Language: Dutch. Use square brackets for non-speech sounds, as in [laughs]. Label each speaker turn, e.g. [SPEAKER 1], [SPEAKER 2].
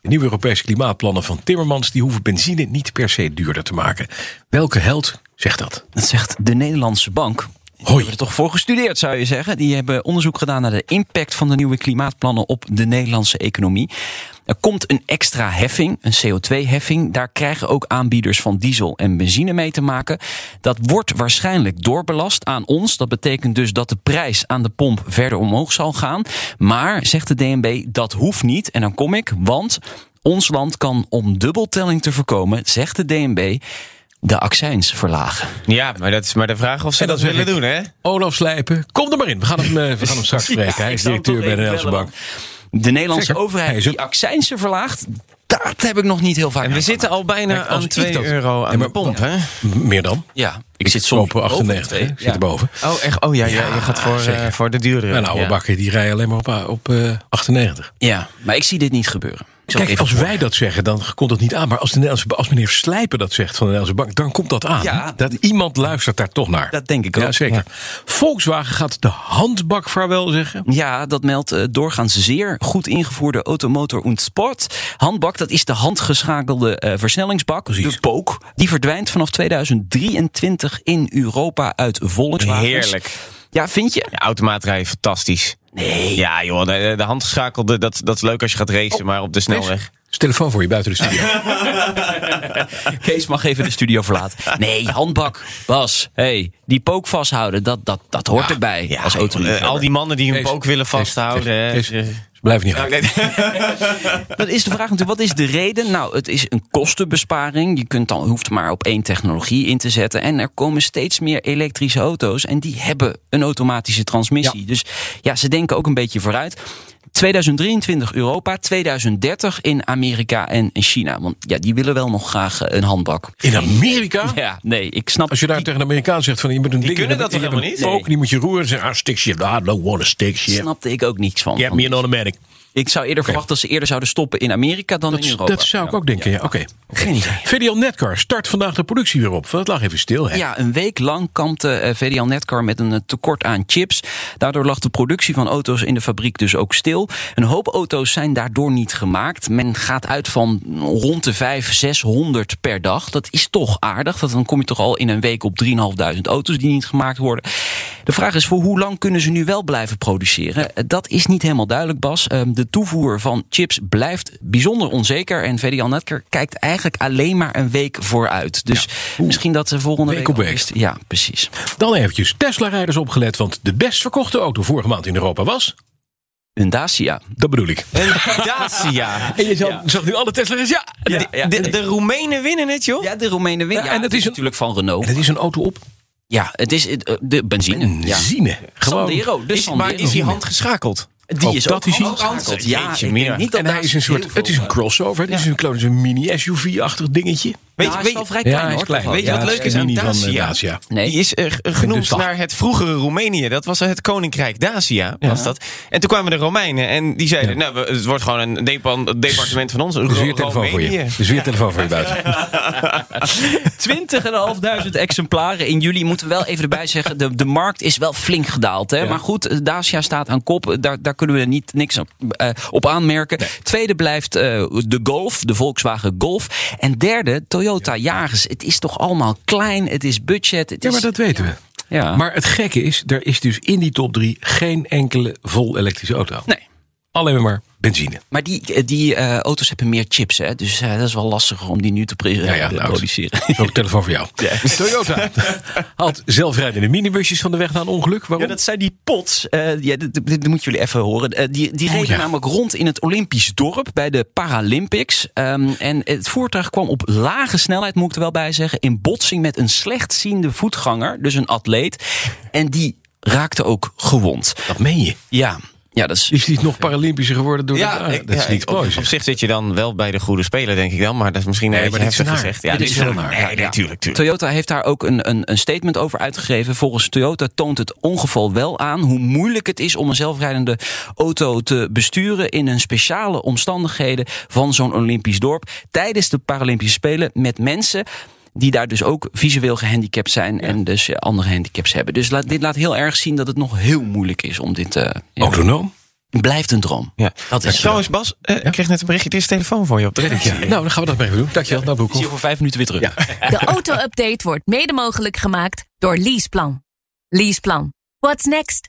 [SPEAKER 1] De nieuwe Europese klimaatplannen van Timmermans... die hoeven benzine niet per se duurder te maken. Welke held zegt dat?
[SPEAKER 2] Dat zegt de Nederlandse Bank. Die
[SPEAKER 1] Hoi.
[SPEAKER 2] hebben er toch voor gestudeerd, zou je zeggen. Die hebben onderzoek gedaan naar de impact van de nieuwe klimaatplannen op de Nederlandse economie. Er komt een extra heffing, een CO2-heffing. Daar krijgen ook aanbieders van diesel en benzine mee te maken. Dat wordt waarschijnlijk doorbelast aan ons. Dat betekent dus dat de prijs aan de pomp verder omhoog zal gaan. Maar, zegt de DNB, dat hoeft niet. En dan kom ik, want ons land kan om dubbeltelling te voorkomen, zegt de DNB, de accijns verlagen.
[SPEAKER 3] Ja, maar dat is maar de vraag of ze
[SPEAKER 1] En
[SPEAKER 3] dat,
[SPEAKER 1] dat zeg
[SPEAKER 3] willen
[SPEAKER 1] ik.
[SPEAKER 3] doen, hè?
[SPEAKER 1] Olaf Slijpen, kom er maar in. We gaan hem, eh, we gaan hem
[SPEAKER 2] [laughs]
[SPEAKER 1] straks spreken. Hij is
[SPEAKER 2] ik zou
[SPEAKER 1] directeur
[SPEAKER 2] toch
[SPEAKER 1] bij de
[SPEAKER 2] even
[SPEAKER 1] Nederlandse Bank.
[SPEAKER 2] bellen, want De Nederlandse
[SPEAKER 1] Zeker.
[SPEAKER 2] overheid
[SPEAKER 1] Hij is
[SPEAKER 2] die
[SPEAKER 1] ook-
[SPEAKER 2] accijnsen verlaagt, dat heb ik nog niet heel vaak.
[SPEAKER 3] En we
[SPEAKER 2] aan
[SPEAKER 3] zitten al bijna
[SPEAKER 1] Kijk, als
[SPEAKER 3] aan
[SPEAKER 1] ik
[SPEAKER 3] 2
[SPEAKER 1] dat-
[SPEAKER 3] euro
[SPEAKER 1] Nee,
[SPEAKER 3] aan
[SPEAKER 1] maar-
[SPEAKER 3] de pomp, hè?
[SPEAKER 1] Meer dan.
[SPEAKER 2] gedaan. Ja, ik zit soms
[SPEAKER 1] Open 98, hè?
[SPEAKER 2] boven de
[SPEAKER 1] Ik
[SPEAKER 2] thee.
[SPEAKER 1] zit erboven.
[SPEAKER 3] Oh, echt? Oh ja, ja,
[SPEAKER 1] Ja,
[SPEAKER 3] je gaat voor,
[SPEAKER 1] zeker. nou,
[SPEAKER 3] eh, voor de duurdere.
[SPEAKER 1] Mijn oude
[SPEAKER 3] ja.
[SPEAKER 1] bakken, die rijden alleen maar op, eh, op eh, 98.
[SPEAKER 2] Ja, maar ik zie dit niet gebeuren. Ik zal
[SPEAKER 1] Kijk,
[SPEAKER 2] even
[SPEAKER 1] als wij dat zeggen, dan komt dat niet aan. Maar als, de Nederlandse, als meneer Slijpen dat zegt van de Nederlandse Bank, dan komt dat aan.
[SPEAKER 2] Ja.
[SPEAKER 1] Dat iemand luistert daar toch naar.
[SPEAKER 2] Dat denk ik
[SPEAKER 1] ja,
[SPEAKER 2] ook.
[SPEAKER 1] Zeker. Volkswagen gaat de handbak vaarwel zeggen.
[SPEAKER 2] Ja, dat meldt eh, doorgaans zeer goed ingevoerde Automotor und Sport. Handbak, dat is de handgeschakelde eh, versnellingsbak, de POOK. Die verdwijnt vanaf 2023 in Europa uit Volkswagen.
[SPEAKER 3] Heerlijk.
[SPEAKER 2] Ja, vind je?
[SPEAKER 3] Ja, automaatrijden, fantastisch.
[SPEAKER 2] Nee.
[SPEAKER 3] Ja, joh, de, de handgeschakelde, dat, dat is leuk als je gaat racen, maar op de snelweg.
[SPEAKER 1] Is de telefoon voor je buiten de studio.
[SPEAKER 2] Kees mag even de studio verlaten. Nee, handbak. Bas, hey, die pook vasthouden, dat, dat, dat hoort erbij als
[SPEAKER 3] joh,
[SPEAKER 2] auto.
[SPEAKER 3] eh, al die mannen die hun
[SPEAKER 1] Kees,
[SPEAKER 3] pook willen
[SPEAKER 1] Kees,
[SPEAKER 3] vasthouden. hè. dus, eh,
[SPEAKER 1] Kees, Kees, Blijf niet hangen.
[SPEAKER 2] Dat is de vraag natuurlijk, wat is de reden? Nou, het is een kostenbesparing. Je kunt dan, hoeft maar op één technologie in te zetten. En er komen steeds meer elektrische auto's. En die hebben een automatische transmissie. Dus ja, ze denken ook een beetje vooruit. 2023 Europa, 2030 in Amerika en in China. Want ja, die willen wel nog graag eh, een handbak.
[SPEAKER 1] In Amerika?
[SPEAKER 2] Ja, nee, ik snap
[SPEAKER 1] Als je daar tegen een Amerikaan zegt van je moet een ding
[SPEAKER 3] kunnen dat
[SPEAKER 1] je
[SPEAKER 3] toch
[SPEAKER 1] hebt een
[SPEAKER 3] helemaal
[SPEAKER 2] niet?
[SPEAKER 1] pook, die moet je roeren en zeggen, ah, stick shift, ah, I don't want a stick shift.
[SPEAKER 2] snapte ik ook niks van.
[SPEAKER 1] Je hebt
[SPEAKER 2] Want
[SPEAKER 1] me an automatic.
[SPEAKER 2] Ik zou eerder verwachten dat ze eerder zouden stoppen in Amerika dan in
[SPEAKER 1] Dat,
[SPEAKER 2] Europa.
[SPEAKER 1] dat zou ik ook denken, ja, oké.
[SPEAKER 2] Geen idee.
[SPEAKER 1] VDL Netcar start vandaag de productie weer op. Want het lag even stil, hè?
[SPEAKER 2] Ja, een week lang kampte eh, VDL Netcar met een eh, tekort aan chips. Daardoor lag de productie van auto's in de fabriek dus ook stil. Een hoop auto's zijn daardoor niet gemaakt. Men gaat uit van rond de 500, 600 per dag. Dat is toch aardig. Dat dan kom je toch al in een week op 3.500 auto's die niet gemaakt worden. De vraag is voor hoe lang kunnen ze nu wel blijven produceren? Eh, Dat is niet helemaal duidelijk, Bas. Eh, De toevoer van chips blijft bijzonder onzeker. En VDL Netcar kijkt eigenlijk alleen maar een week vooruit. Dus misschien dat ze volgende
[SPEAKER 1] Week op
[SPEAKER 2] al
[SPEAKER 1] week.
[SPEAKER 2] is- Ja, precies.
[SPEAKER 1] Dan eventjes Tesla-rijders opgelet, want de best verkochte auto vorige maand in Europa was...
[SPEAKER 2] Een Dacia.
[SPEAKER 1] Dat bedoel ik.
[SPEAKER 3] Een
[SPEAKER 2] [laughs]
[SPEAKER 3] Dacia.
[SPEAKER 1] En je zag, zag nu alle Tesla-rijders, ja!
[SPEAKER 3] [laughs] De, de Roemenen winnen het, joh.
[SPEAKER 2] Ja, de Roemenen winnen.
[SPEAKER 1] Ja,
[SPEAKER 2] en dat is
[SPEAKER 1] een-
[SPEAKER 2] natuurlijk van Renault.
[SPEAKER 1] En het is een auto op
[SPEAKER 2] Ja, het is eh, de benzine. Ja.
[SPEAKER 1] benzine. Gewoon.
[SPEAKER 2] Sandero. De
[SPEAKER 3] Is, maar
[SPEAKER 2] Sandero.
[SPEAKER 3] is die handgeschakeld?
[SPEAKER 2] Die
[SPEAKER 1] Ook
[SPEAKER 2] is
[SPEAKER 1] dat
[SPEAKER 2] ook
[SPEAKER 1] is hij.
[SPEAKER 2] handgeschakeld. Ja,
[SPEAKER 3] Jeetje,
[SPEAKER 2] ik
[SPEAKER 3] mina.
[SPEAKER 2] denk niet dat
[SPEAKER 1] en hij
[SPEAKER 2] daar
[SPEAKER 1] is een
[SPEAKER 2] heel
[SPEAKER 1] soort,
[SPEAKER 2] veel- eh,
[SPEAKER 1] het is een crossover, het is een, clone- een mini-SUV-achtig dingetje.
[SPEAKER 2] Nou,
[SPEAKER 3] Weet
[SPEAKER 2] hij
[SPEAKER 3] je-
[SPEAKER 2] is
[SPEAKER 3] weet
[SPEAKER 2] wel
[SPEAKER 3] je-
[SPEAKER 2] vrij klein,
[SPEAKER 1] hij is
[SPEAKER 2] hoor.
[SPEAKER 1] klein.
[SPEAKER 2] toch wel.
[SPEAKER 3] Weet je wat
[SPEAKER 1] Ja,
[SPEAKER 2] Ja,
[SPEAKER 3] leuk
[SPEAKER 1] het
[SPEAKER 3] is aan
[SPEAKER 1] mini van, eh,
[SPEAKER 3] Dacia?
[SPEAKER 1] Dacia.
[SPEAKER 2] Nee.
[SPEAKER 3] Die is eh, g- genoemd
[SPEAKER 1] stad.
[SPEAKER 3] naar het vroegere Roemenië. Dat was eh, het koninkrijk Dacia. Was dat. En toen kwamen de Romeinen en die zeiden... Nou, we- het wordt gewoon een depa- departement van ons.
[SPEAKER 1] Er is weer
[SPEAKER 3] Ro-
[SPEAKER 1] een telefoon voor je.
[SPEAKER 3] Roemenië.
[SPEAKER 1] Er is weer een telefoon voor je buiten.
[SPEAKER 2] 20.500 exemplaren in juli. Moeten we wel even erbij zeggen, de, de markt is wel flink gedaald. Hè? Maar goed, eh, Dacia staat aan kop. Daar, daar kunnen we niet, niks op, eh, op aanmerken. Tweede blijft eh, de Golf, de Volkswagen Golf. En derde, Toyota Yaris. Het is toch allemaal klein, het is budget. Het
[SPEAKER 1] Ja,
[SPEAKER 2] is,
[SPEAKER 1] maar dat weten we.
[SPEAKER 2] Ja.
[SPEAKER 1] Maar het gekke is, er is dus in die top drie geen enkele vol elektrische auto.
[SPEAKER 2] Nee.
[SPEAKER 1] Alleen maar benzine.
[SPEAKER 2] Maar die, eh, die eh, auto's hebben meer chips, hè? dus eh, dat is wel lastiger om die nu te pre-
[SPEAKER 1] Ja, ja,
[SPEAKER 2] te
[SPEAKER 1] nou,
[SPEAKER 2] produceren.
[SPEAKER 1] Ook een telefoon voor jou. Toyota haalt zelfrijdende minibusjes van de weg naar een ongeluk.
[SPEAKER 2] Ja,
[SPEAKER 1] Waarom?
[SPEAKER 2] dat zijn die pots. eh ja, dit, dit- dit moeten jullie even horen. Eh, die die reden
[SPEAKER 1] Oh, ja.
[SPEAKER 2] namelijk rond in het Olympisch dorp bij de Paralympics. Ehm, en het voertuig kwam op lage snelheid, moet ik er wel bij zeggen, in botsing met een slechtziende voetganger, dus een atleet. En die raakte ook gewond.
[SPEAKER 1] Dat meen je.
[SPEAKER 2] Ja. Ja, dat is
[SPEAKER 1] Is die nog Paralympische geworden door de... Ah,
[SPEAKER 3] ik-
[SPEAKER 1] dat is
[SPEAKER 3] ja,
[SPEAKER 1] niet
[SPEAKER 3] op,
[SPEAKER 1] mooi.
[SPEAKER 3] op
[SPEAKER 1] zeg.
[SPEAKER 3] zich zit je dan wel bij de goede speler, denk ik dan. Maar dat is misschien
[SPEAKER 1] Nee,
[SPEAKER 3] een
[SPEAKER 1] maar
[SPEAKER 3] beetje
[SPEAKER 1] dit is
[SPEAKER 3] heftig
[SPEAKER 1] naar.
[SPEAKER 3] gezegd. Ja,
[SPEAKER 1] Dit is
[SPEAKER 3] wel
[SPEAKER 1] heel
[SPEAKER 3] naar.
[SPEAKER 1] naar.
[SPEAKER 3] Nee, nee, tuurlijk, tuurlijk.
[SPEAKER 2] Toyota heeft daar ook een, een, een statement over uitgegeven. Volgens Toyota toont het ongeval wel aan hoe moeilijk het is om een zelfrijdende auto te besturen in een speciale omstandigheden van zo'n Olympisch dorp tijdens de Paralympische Spelen met mensen die daar dus ook visueel gehandicapt zijn en dus eh, andere handicaps hebben. Dus laat, dit laat heel erg zien dat het nog heel moeilijk is om dit. eh ja,
[SPEAKER 1] Autonoom?
[SPEAKER 2] het blijft een droom.
[SPEAKER 3] Ja.
[SPEAKER 2] Dat is zo.
[SPEAKER 3] Trouwens, Bas, eh, ik kreeg net een berichtje. Dit is telefoon voor je op de redactie.
[SPEAKER 1] Nou, dan gaan we dat mee doen. Dankjewel. Nou, Broekhoff.
[SPEAKER 2] Zie je over vijf minuten weer terug.
[SPEAKER 4] De auto-update wordt mede mogelijk gemaakt door Leaseplan. Leaseplan. What's next?